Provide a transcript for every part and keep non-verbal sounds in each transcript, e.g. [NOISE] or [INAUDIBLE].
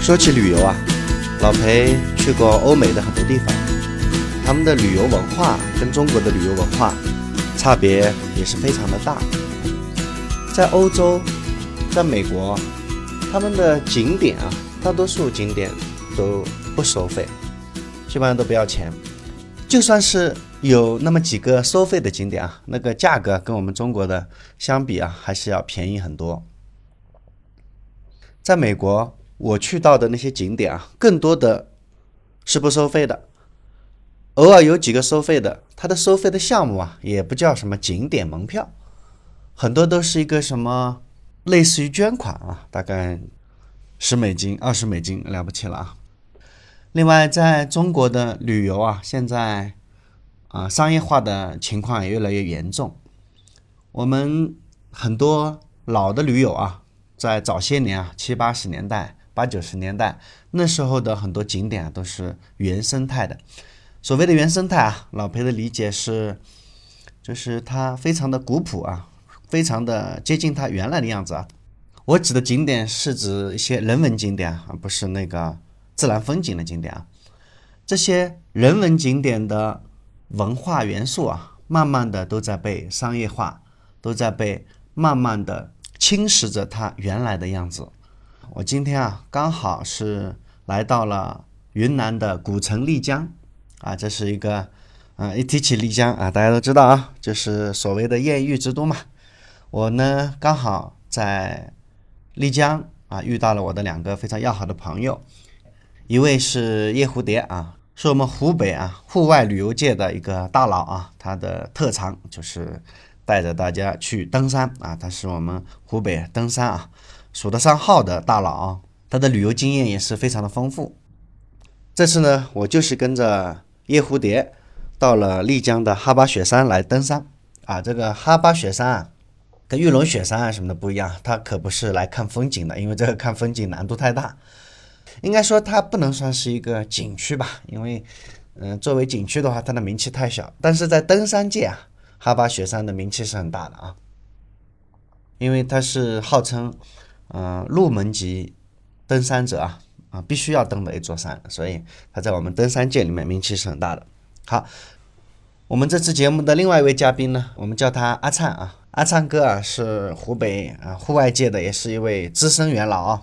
说起旅游啊，老裴去过欧美的很多地方，他们的旅游文化跟中国的旅游文化差别也是非常的大。在欧洲，在美国，他们的景点啊，大多数景点都不收费，基本上都不要钱。就算是有那么几个收费的景点啊，那个价格跟我们中国的相比啊，还是要便宜很多。在美国，我去到的那些景点啊，更多的是不收费的，偶尔有几个收费的，它的收费的项目啊，也不叫什么景点门票，很多都是一个什么类似于捐款啊，大概十美金、二十美金了不起了啊。另外，在中国的旅游啊，现在啊、商业化的情况也越来越严重。我们很多老的驴友啊，在早些年啊，七八十年代、八九十年代那时候的很多景点啊，都是原生态的。所谓的原生态啊，老裴的理解是，就是它非常的古朴啊，非常的接近它原来的样子啊。我指的景点是指一些人文景点啊，而不是那个自然风景的景点啊。这些人文景点的文化元素啊，慢慢的都在被商业化，都在被慢慢的侵蚀着它原来的样子。我今天啊，刚好是来到了云南的古城丽江，啊，这是一个，嗯，一提起丽江啊，大家都知道啊，就是所谓的艳遇之都嘛。我呢，刚好在丽江啊遇到了我的两个非常要好的朋友，一位是夜蝴蝶啊，是我们湖北啊户外旅游界的一个大佬啊，他的特长就是带着大家去登山啊，他是我们湖北登山啊数得上号的大佬啊，他的旅游经验也是非常的丰富。这次呢，我就是跟着夜蝴蝶到了丽江的哈巴雪山来登山啊，这个哈巴雪山啊。跟玉龙雪山啊什么的不一样，它可不是来看风景的，因为这个看风景难度太大。应该说它不能算是一个景区吧，因为，嗯、作为景区的话，它的名气太小。但是在登山界啊，哈巴雪山的名气是很大的啊，因为它是号称，嗯、入门级登山者啊啊必须要登的一座山，所以它在我们登山界里面名气是很大的。好，我们这次节目的另外一位嘉宾呢，我们叫他阿灿啊，阿灿哥啊是湖北啊户外界的，也是一位资深元老啊。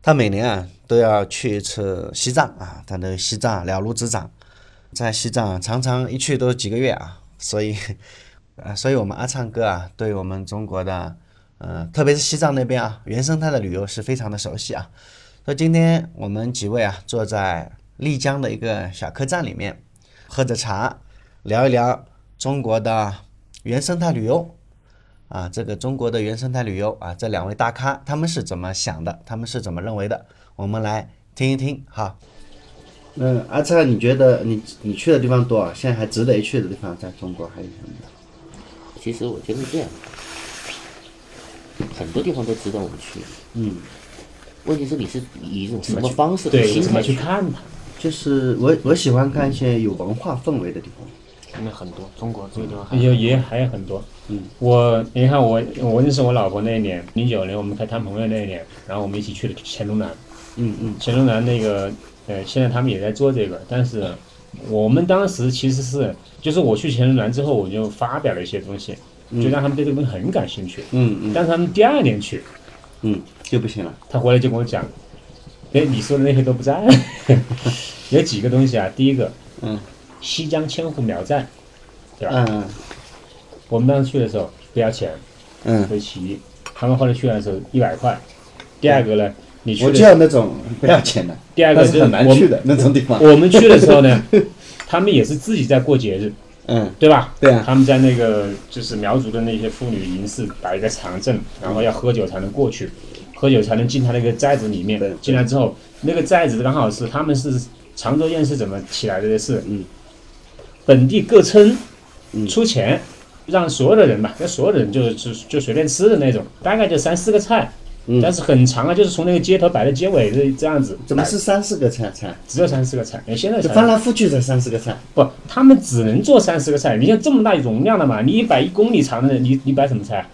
他每年啊都要去一次西藏啊，他的西藏了如指掌，在西藏常常一去都是几个月啊，所以，呃，所以我们阿灿哥啊，对我们中国的，呃，特别是西藏那边啊，原生态的旅游是非常的熟悉啊。所以今天我们几位啊，坐在丽江的一个小客栈里面，喝着茶，聊一聊中国的原生态旅游。啊，这个中国的原生态旅游啊，这两位大咖他们是怎么想的，他们是怎么认为的？我们来听一听哈。嗯，阿灿，你觉得你你去的地方多啊？现在还值得一去的地方，在中国还有什么？其实我觉得是这样，很多地方都值得我们去。嗯，问题是你是以一种什么方式和对，心怎么态去去？看它？就是我我喜欢看一些有文化氛围的地方。那很多，中国这个地方还也也还有很多。啊嗯，我你看我我认识我老婆那一年，零九年我们开谈朋友那一年，然后我们一起去了黔东南。嗯嗯黔东南那个呃，现在他们也在做这个，但是我们当时其实是就是我去黔东南之后，我就发表了一些东西，就让他们对这个东西很感兴趣。嗯嗯但是他们第二年去，嗯，就不行了。他回来就跟我讲，哎，你说的那些都不在。 [LAUGHS] 有几个东西啊，第一个嗯西江千户苗寨，对吧？嗯我们当时去的时候不要钱。嗯，围棋，他们后来去的时候一百块。第二个呢，你去我的就时候要那种不要钱的，第二个但就是是很难我去的那种地方。我们去的时候呢，他们也是自己在过节日，嗯对吧？对啊他们在那个就是苗族的那些妇女营市摆一个长阵，然后要喝酒才能过去，喝酒才能进他那个寨子里面对对。进来之后，那个寨子刚好是他们是常州宴是怎么起来的？是嗯本地各村嗯出钱，让所有的人吧，那所有的人就就就随便吃的那种，大概就三四个菜，嗯但是很长啊，就是从那个街头摆到街尾这这样子，怎么是三四个菜菜？只有三四个菜？你现在就翻才来覆去才三四个菜。不，他们只能做三四个菜，你像这么大容量的嘛，你一摆一公里长的，你你摆什么菜啊？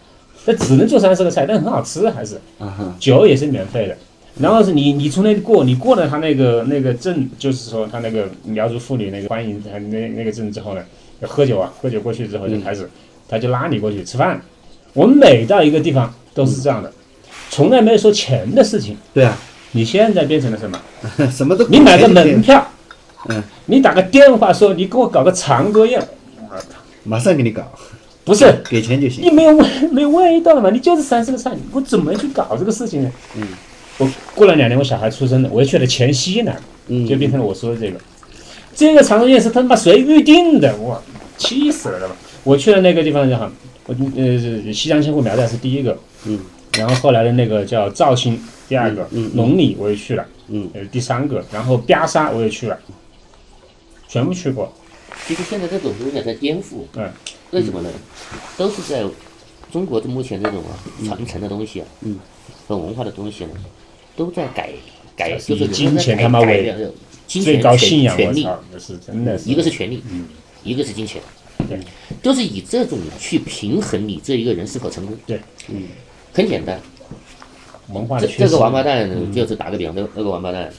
那只能做三四个菜，但很好吃还是啊哈，酒也是免费的，然后是你你从那里过，你过了他那个那个镇，就是说他那个苗族妇女那个欢迎他那那个镇之后呢，就喝酒啊，喝酒过去之后就开始，他就拉你过去吃饭。我们每到一个地方都是这样的，从来没有说钱的事情。对啊， [LAUGHS] 你现在变成了什么？什么都你买个门票，嗯，你打个电话说你给我搞个长歌宴，马上给你搞，不是给钱就行你。没有味， [LAUGHS] 没有味道了嘛？你就是三十个菜，我怎么去搞这个事情呢？嗯，我过了两年，我小孩出生了，我又去了黔西南，嗯就变成了我说的这个，这个长寿宴是他妈谁预定的？我气死了，他妈！我去了那个地方就好，我呃西江千户苗寨是第一个，嗯，然后后来的那个叫肇兴，第二个，嗯嗯嗯龙里我也去了，嗯，呃第三个，然后巴沙我也去了，全部去过，其实现在这种东西在颠覆，嗯，为什么呢？都是在中国的目前这种啊传承的东西啊，嗯，和文化的东西呢，啊都在改改，是就以是金都在钱改他妈改为良的金最钱高权信仰，我权力操，那是真的是，一个是权力，嗯一个是金钱，对，就是以这种去平衡你这一个人是否成功。对，嗯，很简单，文化这的缺这失个王八蛋就是打个比方，那个那个王八蛋，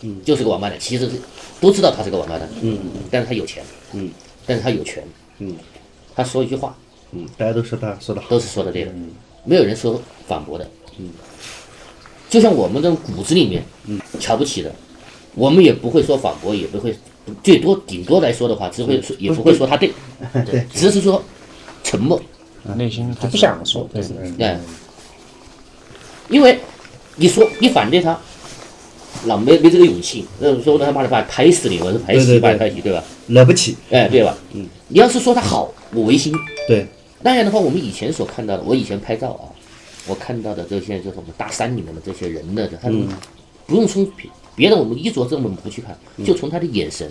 嗯，就是个王八蛋，其实是都知道他是个王八蛋，嗯，但是他有钱，嗯，但是他有权，嗯，他说一句话嗯，大家都说他说的好。都是说的对的，没有人说反驳的，嗯，就像我们这种骨子里面，嗯，瞧不起的，我们也不会说反驳，也不会，最多顶多来说的话，只会说也不会说他对，对，只是说沉默，内心还不是想说，对，嗯哎，因为你说你反对他，老没没这个勇气，那说他妈的把你拍死你，我是拍对对死把对你拍死，对吧？惹不起，哎，对吧？嗯，你要是说他好，我违心。对，那样的话，我们以前所看到的，我以前拍照啊，我看到的这些就是我们大山里面的这些人的，他们不用从别别的我们衣着这么不去看，就从他的眼神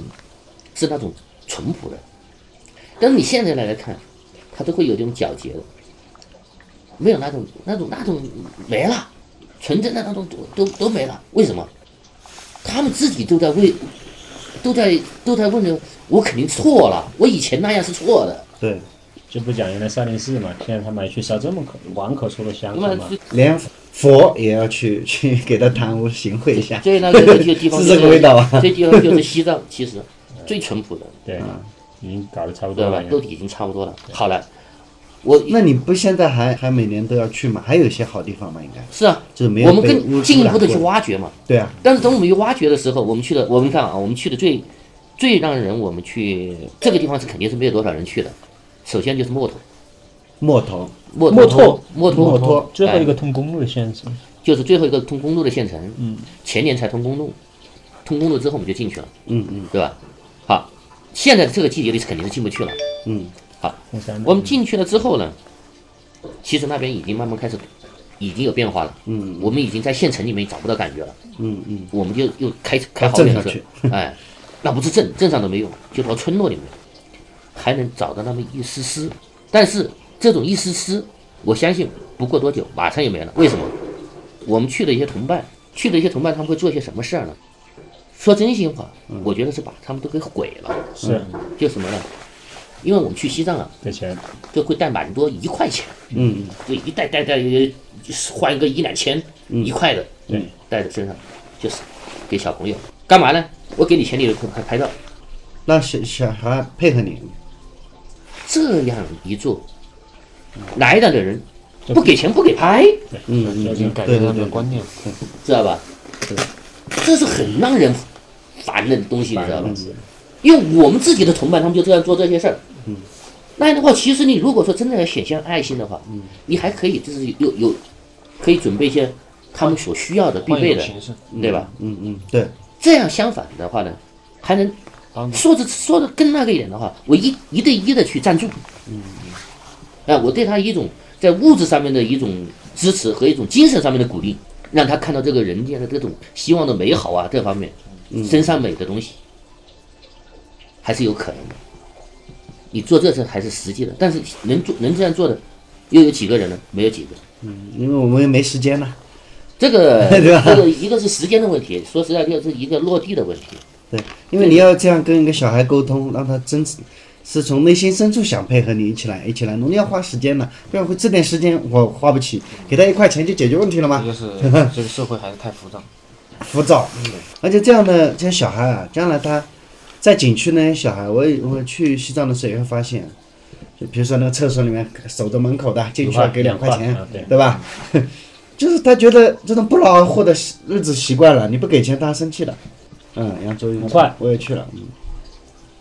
是那种淳朴的，但是你现在来来看，他都会有这种皎洁的，没有那种那种那种没了，纯真的那种都都都没了，为什么？他们自己都在为，都在都在问着我肯定错了，我以前那样是错的，对，就不讲原来少林寺嘛，现在他们还去烧这么口碗口出的香那么火嘛，连佛也要去去给他贪污行贿一下。最那个这个 [LAUGHS] 地方是这个味道啊嗯吧？这地方就是西藏，其实最淳朴的，对，已经搞得差不嗯对多吧嗯了？。都已经差不多了。好了，我那你不现在还还每年都要去吗？还有一些好地方吗？应该是啊，就是没有我们被污更染进一步的去过。挖掘嘛。对啊，但是等我们一挖掘的时候，我们去的，我们看啊，我们去的最最让人我们去这个地方是肯定是没有多少人去的。首先就是墨脱，墨头、墨墨脱脱，墨墨脱脱，最后哎一个通公路的县城，就是最后一个通公路的县城。嗯，前年才通公路，通公路之后我们就进去了，嗯嗯对吧？好，现在这个季节里是肯定是进不去了。嗯，红山我们进去了之后呢，其实那边已经慢慢开始，已经有变化了。嗯，我们已经在县城里面找不到感觉了。嗯嗯，我们就又开开好镇点上子，哎，那不是镇，镇上都没用，就到村落里面，还能找到那么一丝丝。但是这种一丝丝，我相信不过多久马上也没了。为什么？我们去的一些同伴，去的一些同伴，他们会做一些什么事儿呢？说真心话，嗯我觉得是把他们都给毁了。是就什么呢？因为我们去西藏啊，给钱，就会带蛮多一块钱，嗯，就一带带带呃换一个一两千、一块的，对，带在身上，就是给小朋友干嘛呢？我给你钱，你就拍拍照，让小小孩配合你，这样一做，来的的人不给钱不给拍，嗯就是已经改对变对他们对的观念。知道吧？这是很让人烦的东西，你知道吧？是因为我们自己的同伴，他们就这样做这些事儿。嗯，那样的话，其实你如果说真的要显现爱心的话，嗯，你还可以就是有有可以准备一些他们所需要的必换备一的种，形式，对吧？嗯嗯，对，这样相反的话呢，还能帮助说的说的更那个一点的话，我一一对一的去赞助，嗯，哎，我对他一种在物质上面的一种支持和一种精神上面的鼓励，让他看到这个人间的这种希望的美好啊，这方面，嗯身上美的东西，还是有可能的。你做这事还是实际的，但是能做能这样做的，又有几个人呢？没有几个。因为我们也没时间了。这 [LAUGHS] 个对吧这个一个是时间的问题，说实在，就是一个落地的问题。对，因为你要这样跟一个小孩沟通，让他真是从内心深处想配合你一起来，一起来努力要花时间的，不然会这点时间我花不起，给他一块钱就解决问题了吗这？ [LAUGHS] 就是这个社会还是太浮躁。浮躁，而且这样的这些小孩啊，将来他在景区那些小孩，我也我去西藏的时候也会发现，就比如说那个厕所里面守着门口的，进去了给两块钱，啊对对吧？就是他觉得这种不劳而获的日子习惯了，你不给钱他生气的。嗯，扬州五块我也去了，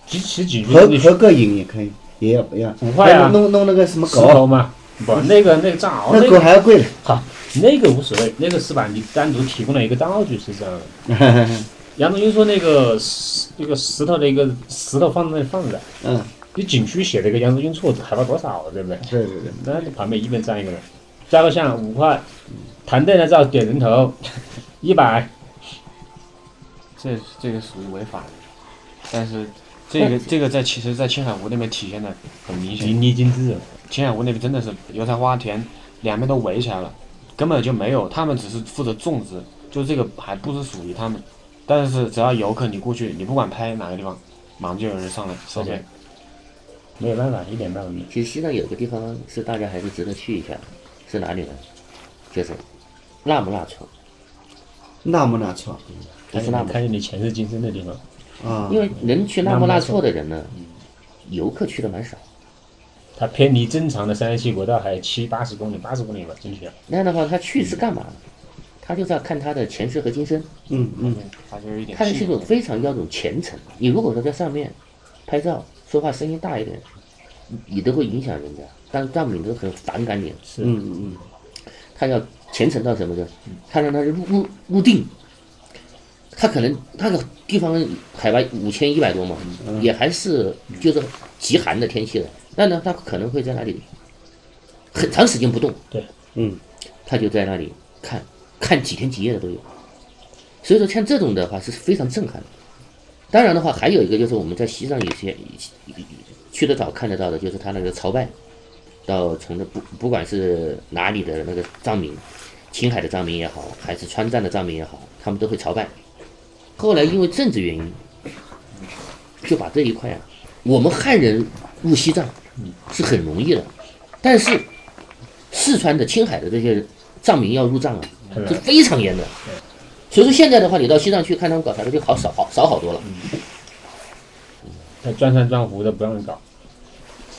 其实景区合你合个影也可以，也要也要五块啊还弄弄那个什么石头狗，嘛，不，嗯那个那个藏獒，那那狗个还要贵的。好，那个无所谓，那个是把你单独提供了一个道具是这样的。 [LAUGHS] 杨宗英说那个石一个石头的一个石头放在那里放着，嗯，你景区写了一个杨宗英错字，海拔多少啊，对不对？对对对，那你旁边一边站一个人，照个相五块，谈对了照点人头，[LAUGHS] 一百。这这个属于违法的，但是这个这个在其实，在青海湖那边体现的很明淋显。漓尽致，青海湖那边真的是油菜花田两边都围起来了，根本就没有，他们只是负责种植，就这个还不是属于他们。但是只要游客你过去，你不管拍哪个地方，马上就有人上来收费。没有办法，一点办法没有。其实西藏有个地方是大家还是值得去一下，是哪里呢？就是纳木纳措，那么难错不看是见纳你木，看见你前世今生的地方，啊，因为能去纳木纳措的人呢，游客去的蛮少。它偏离正常的山西国道还有七八十公里，八十公里吧，进去了。那样的话，他去是干嘛呢？他就是要看他的前世和今生，嗯嗯，他就是一点看的是信一仰种非常要一种虔诚。你如果说在上面拍照、说话声音大一点，你都会影响人家，让让民都很反感你。是，嗯嗯他要虔诚到什么的，他让他入入入定，他可能那个地方海拔五千一百多嘛，也还是就是极寒的天气了。那呢，他可能会在那里很长时间不动，嗯他就在那里看看几天几夜的都有。所以说，像这种的话是非常震撼的。当然的话，还有一个就是我们在西藏有些去得早看得到的，就是他那个朝拜，到从那不不管是哪里的那个藏民，青海的藏民也好，还是川藏的藏民也好，他们都会朝拜。后来因为政治原因，就把这一块啊，我们汉人入西藏是很容易的，但是四川的、青海的这些藏民要入藏啊，很是难。非常严的。所以说现在的话，你到西藏去看他们搞啥的，就好少好少好多了。嗯那转山转湖的不让搞。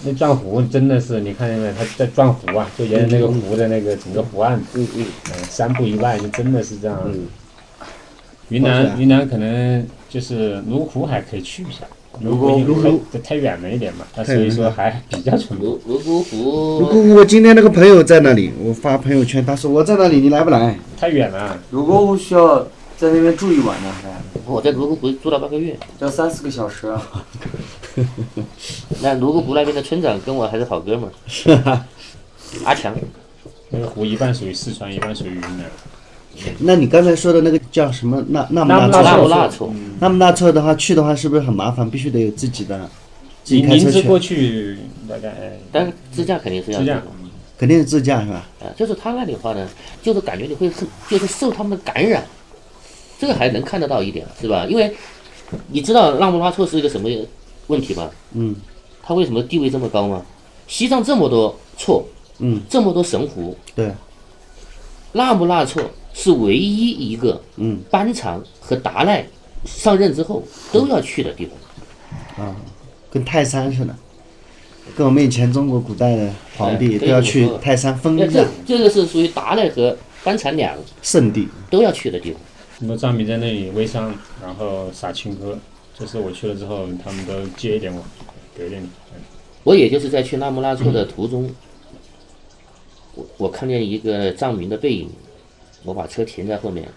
那转湖真的是，你看见没有？他在转湖啊，就沿着那个湖的那个整个湖岸，嗯嗯嗯，三步一拜，就真的是这样。嗯云好像南云南可能就是泸湖还可以去一下，泸湖因为太太远了一点嘛，它所以说还比较淳朴。泸泸沽如湖果我今天那个朋友在那里，我发朋友圈，他说我在那里，你来不来？太远了，泸沽湖需要在那边住一晚呢，还我在泸沽湖住了半个月，要三四个小时啊。那泸沽湖那边的村长跟我还是好哥们儿，阿强。那个湖一半属于四川，一半属于云南。那你刚才说的那个叫什么？那那那么那那纳措，木纳措，那么那措的话，去的话是不是很麻烦？必须得有自己的，自己你开名车字去，过去大概但是自驾肯定是要是这样的。肯定是自驾是吧？啊，就是他那里的话呢，就是感觉你会受，就是受他们的感染，这个还能看得到一点，是吧？因为你知道纳木拉措是一个什么问题吗？嗯，他为什么地位这么高吗？西藏这么多措，嗯，这么多神湖，对，纳木拉措是唯一一个，嗯，班禅和达赖上任之后都要去的地方。啊，跟泰山似的，跟我们以前中国古代的皇帝哎都对要去我说泰山封那一下这这个是属于达赖和班禅两个圣地。都要去的地方。很多藏民在那里微商，然后撒青稞。这次我去了之后，他们都借一点我，给一点你。我也就是在去纳木拉措的途中，我我看见一个藏民的背影，我把车停在后面，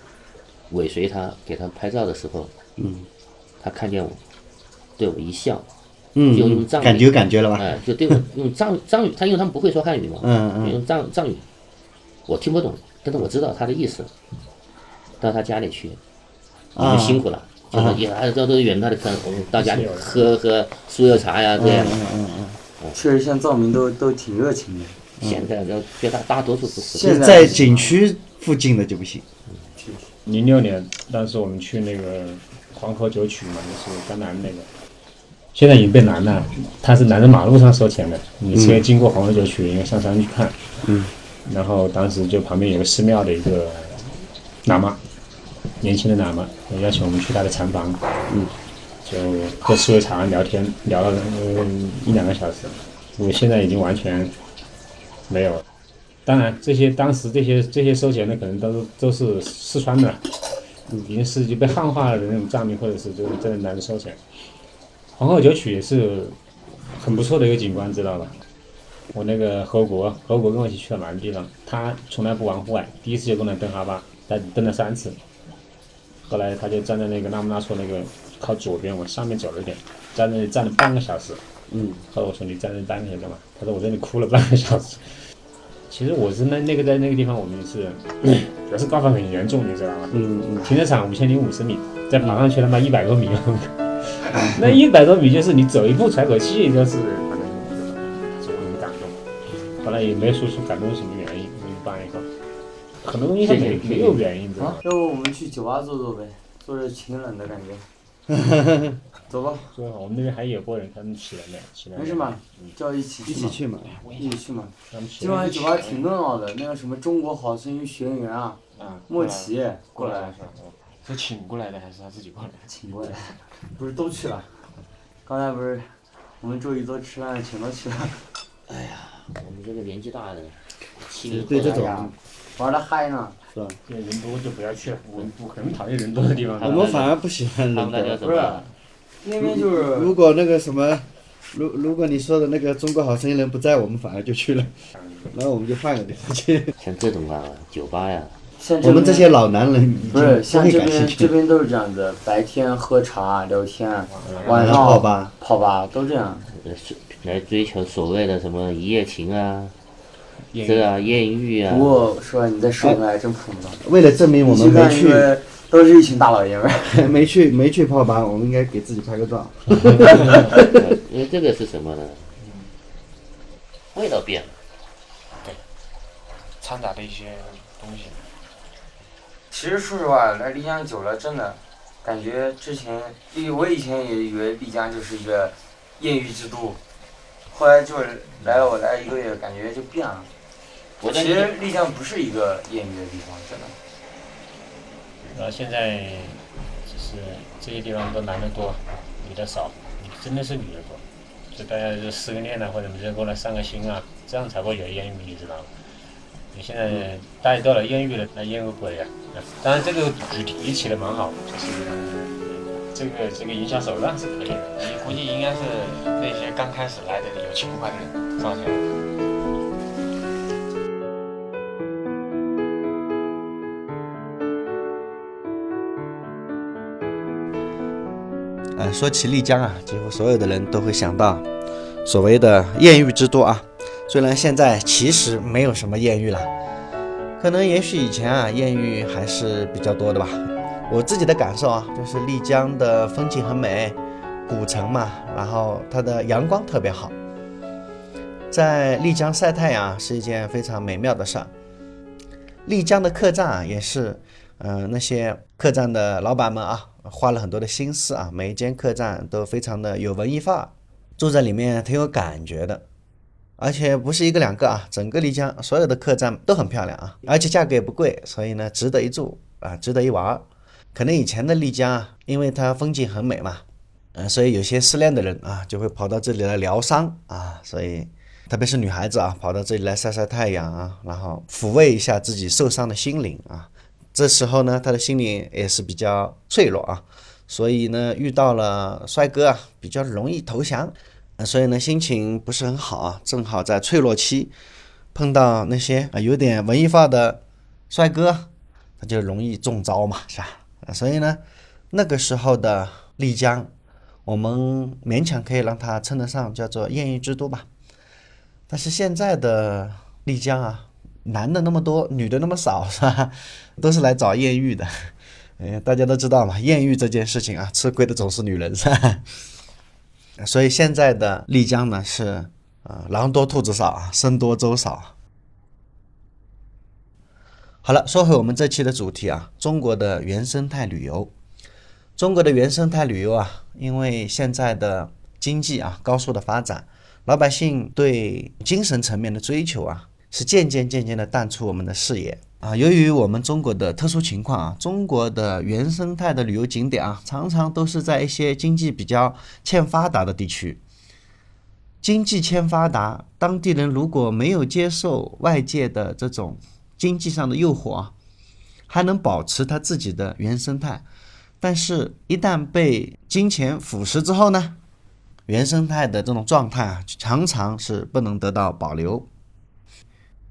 尾随他给他拍照的时候，嗯他看见我，对我一笑，嗯，就用嗯藏语感觉有感觉了吧？哎、就对我用藏藏语，他因为他们不会说汉语嘛，嗯就嗯用藏藏语，我听不懂，但是我知道他的意思。到他家里去，你啊们，辛苦了，就是啊也还是这都远他的可能到家里是有的喝喝酥油茶呀，这样嗯。嗯嗯确实，现在藏民都都挺热情的，现在就绝大大多数不是。现嗯，在在景区附近的就不行。零六年，当时我们去那个黄河九曲嘛，就是甘南那个，现在已经被拦了，他是拦在马路上收钱的。你车经过黄河九曲，应该上山去看。嗯。然后当时就旁边有个寺庙的一个喇嘛，年轻的喇嘛，邀请我们去他的禅房。嗯。就喝酥油茶聊天，聊了、嗯、一两个小时。我现在已经完全没有了。当然，这些当时这些这些收钱的可能都是都是四川的，已经是已经被汉化了的那种藏民，或者是就是真的来收钱。皇后九曲也是很不错的一个景观，知道吧？我那个何国，何国跟我一起去了蛮多地方，他从来不玩户外，第一次就跟我登哈巴，他登了三次。后来他就站在那个纳木纳措那个靠左边，往上面走了一点，在那里站了半个小时。嗯。后来我说你站那里半个小时干嘛？他说我在那里哭了半个小时。其实我是那那个在那个地方，我们 [COUGHS] 是主要是高反很严重，你知道吗？嗯嗯，停车场五千零五十米，再爬上去他妈一百 [COUGHS] 多米，那一百多米就是你走一步喘口气，就是反正就很感动。后来也没说出感动是什么原因，我们办以后，很多东西它没没有原因，知啊道吗？啊要不我们去酒吧坐坐呗，坐着挺冷的感觉。 [LAUGHS] 走吧，说啊我们那边还有过人，他们起来没？起来没事嘛，叫一起嗯一去起去嘛，嘛。一起去嘛。他们起今来晚酒啊吧挺热闹的，那个什么中国好声音学员啊，啊，莫奇过来是吧？嗯是请过来的还是他自己过来的？请过来， [LAUGHS] 不是都去了？刚才不是我们周一都吃饭全都去了，我们这个年纪大的，七就是零对后这大家种玩的嗨呢。对人多就不要去了，我我很讨厌人多的地方。我们反而不喜欢他人们大多。家怎不是么？那边就是如果那个什么，如如果你说的那个《中国好声音》人不在，我们反而就去了， [LAUGHS] 然后我们就换个地方去。像这种啊，酒吧呀，像我们这边些老男人已经不是不像会这感兴边趣这了，边都是这样子，白天喝茶聊天，晚晚上上泡吧，泡吧都这样。呃来追求所谓的什么一夜情啊，艳遇这啊艳遇啊不。过说实话你在市里面还真碰不到，为了证明我你们去没看一去，个都是一群大老爷们儿。 [LAUGHS] 没去没去泡吧，我们应该给自己拍个照。对因哎为这个是什么呢？味道变了，掺杂的一些东西。其实说实话，来丽江久了，真的感觉之前，因为我以前也以为丽江就是一个艳遇之都，后来就是来了我来一个月，感觉就变了。我在其实丽江不是一个艳遇的地方，真的。然后呃现在就是这些地方都男的多，女的少，真的是女的多，就大家就失个恋啊，或者直接过来散个心啊，这样才会有艳遇，你知道吗？你现在大家到了艳遇了，那艳个鬼啊！当然这个主题起的蛮好，就是这个这个营销手段是可以的。你估计应该是那些刚开始来的有情怀的人上线。呃，说起丽江啊，几乎所有的人都会想到所谓的艳遇之都啊。虽然现在其实没有什么艳遇了，可能也许以前啊艳遇还是比较多的吧。我自己的感受啊，就是丽江的风景很美，古城嘛，然后它的阳光特别好，在丽江晒太阳啊是一件非常美妙的事儿。丽江的客栈啊，也是，呃，那些客栈的老板们啊，花了很多的心思啊，每一间客栈都非常的有文艺范儿，住在里面挺有感觉的。而且不是一个两个啊，整个丽江所有的客栈都很漂亮啊，而且价格也不贵，所以呢，值得一住啊，值得一玩儿。可能以前的丽江啊，因为它风景很美嘛，嗯、所以有些失恋的人啊，就会跑到这里来疗伤啊，所以特别是女孩子啊，跑到这里来晒晒太阳啊，然后抚慰一下自己受伤的心灵啊。这时候呢，她的心灵也是比较脆弱啊，所以呢，遇到了帅哥啊，比较容易投降，呃所以呢，心情不是很好啊。正好在脆弱期，碰到那些啊有点文艺范儿的帅哥，啊他就容易中招嘛，是吧？啊所以呢，那个时候的丽江，我们勉强可以让它称得上叫做艳遇之都吧。但是现在的丽江啊，男的那么多，女的那么少，是吧？都是来找艳遇的。 [LAUGHS] 哎，大家都知道嘛，艳遇这件事情啊，吃亏的总是女人，是 [LAUGHS] 吧？所以现在的丽江呢是，呃，狼多兔子少啊，僧多粥少。啊好了，说回我们这期的主题啊，中国的原生态旅游。中国的原生态旅游啊，因为现在的经济啊高速的发展，老百姓对精神层面的追求啊，是渐渐渐渐的淡出我们的视野啊。由于我们中国的特殊情况啊，中国的原生态的旅游景点啊，常常都是在一些经济比较欠发达的地区。经济欠发达，当地人如果没有接受外界的这种经济上的诱惑啊，还能保持他自己的原生态。但是，一旦被金钱腐蚀之后呢，原生态的这种状态啊，常常是不能得到保留。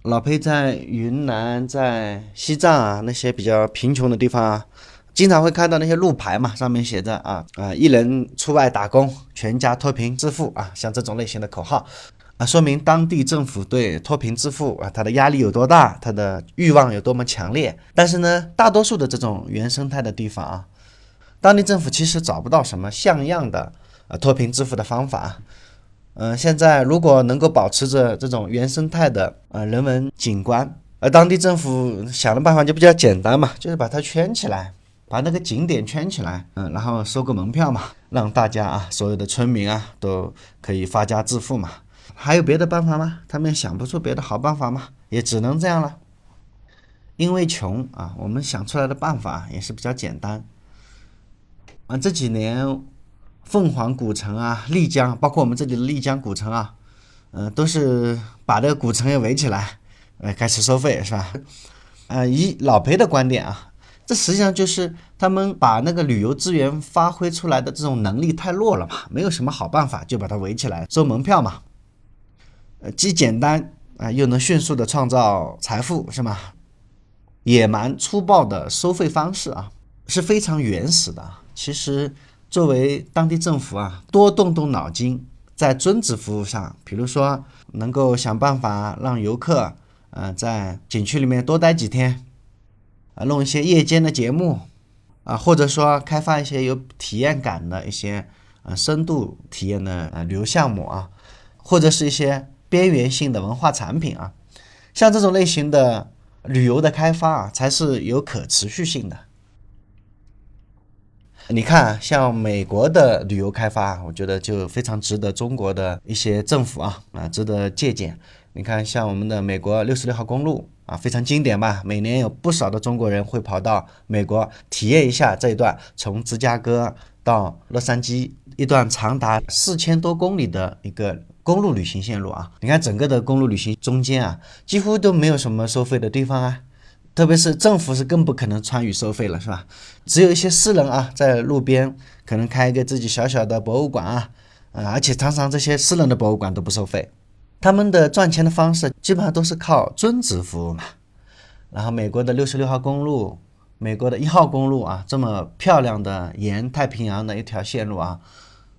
老裴在云南、在西藏啊那些比较贫穷的地方啊，经常会看到那些路牌嘛，上面写着啊啊一人出外打工，全家脱贫致富啊，像这种类型的口号啊，说明当地政府对脱贫致富啊，它的压力有多大，它的欲望有多么强烈。但是呢，大多数的这种原生态的地方啊，当地政府其实找不到什么像样的呃脱贫致富的方法。啊嗯、现在如果能够保持着这种原生态的呃人文景观，而当地政府想的办法就比较简单嘛，就是把它圈起来，把那个景点圈起来，嗯，然后收个门票嘛，让大家啊所有的村民啊都可以发家致富嘛。还有别的办法吗？他们也想不出别的好办法吗？也只能这样了。因为穷啊，我们想出来的办法也是比较简单，啊，这几年凤凰古城啊、丽江，包括我们这里的丽江古城啊，嗯、都是把这个古城也围起来，呃，开始收费是吧？呃，以老裴的观点啊，这实际上就是他们把那个旅游资源发挥出来的这种能力太弱了嘛，没有什么好办法，就把它围起来收门票嘛，呃，既简单啊、又能迅速的创造财富是吗？野蛮粗暴的收费方式啊，是非常原始的啊。其实，作为当地政府啊，多动动脑筋，在遵旨服务上，比如说能够想办法让游客，呃，在景区里面多待几天，啊，弄一些夜间的节目，啊，或者说开发一些有体验感的一些呃深度体验的呃旅游项目啊，或者是一些边缘性的文化产品啊，像这种类型的旅游的开发啊，才是有可持续性的。你看啊，像美国的旅游开发，啊我觉得就非常值得中国的一些政府啊啊值得借鉴。你看，像我们的美国六十六号公路啊，非常经典吧？每年有不少的中国人会跑到美国体验一下这一段从芝加哥到洛杉矶一段长达四千多公里的一个公路旅行线路啊。你看整个的公路旅行中间啊，几乎都没有什么收费的地方啊。特别是政府是更不可能参与收费了，是吧？只有一些私人啊，在路边可能开一个自己小小的博物馆啊，啊，而且常常这些私人的博物馆都不收费，他们的赚钱的方式基本上都是靠遵旨服务嘛。然后美国的六十六号公路，美国的一号公路啊，这么漂亮的沿太平洋的一条线路啊，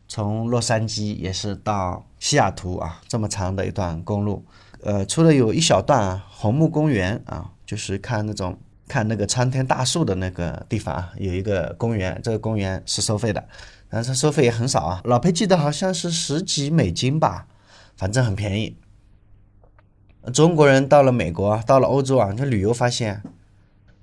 从洛杉矶也是到西雅图啊，这么长的一段公路，呃，除了有一小段、啊、红木公园啊，就是看那种看那个参天大树的那个地方啊，有一个公园，这个公园是收费的，但是收费也很少啊。老裴记得好像是十几美金吧，反正很便宜。中国人到了美国，到了欧洲啊，这旅游发现，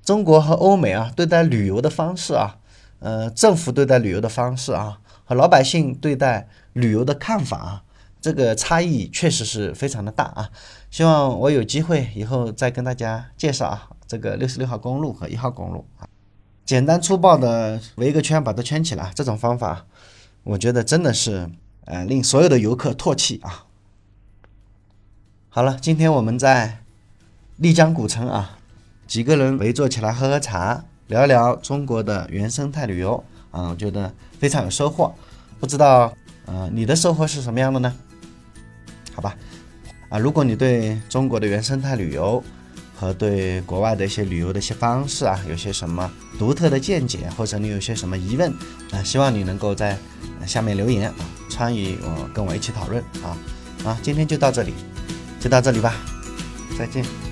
中国和欧美啊对待旅游的方式啊，呃，政府对待旅游的方式啊，和老百姓对待旅游的看法啊，这个差异确实是非常的大啊。希望我有机会以后再跟大家介绍啊，这个六十六号公路和一号公路啊，简单粗暴的围一个圈把它圈起来，这种方法，我觉得真的是呃令所有的游客唾弃啊。好了，今天我们在丽江古城啊，几个人围坐起来喝喝茶，聊聊中国的原生态旅游啊，我觉得非常有收获。不知道呃你的收获是什么样的呢？好吧。啊，如果你对中国的原生态旅游和对国外的一些旅游的一些方式啊，有些什么独特的见解，或者你有些什么疑问，啊、希望你能够在呃下面留言啊，参与我跟我一起讨论啊啊，今天就到这里，就到这里吧，再见。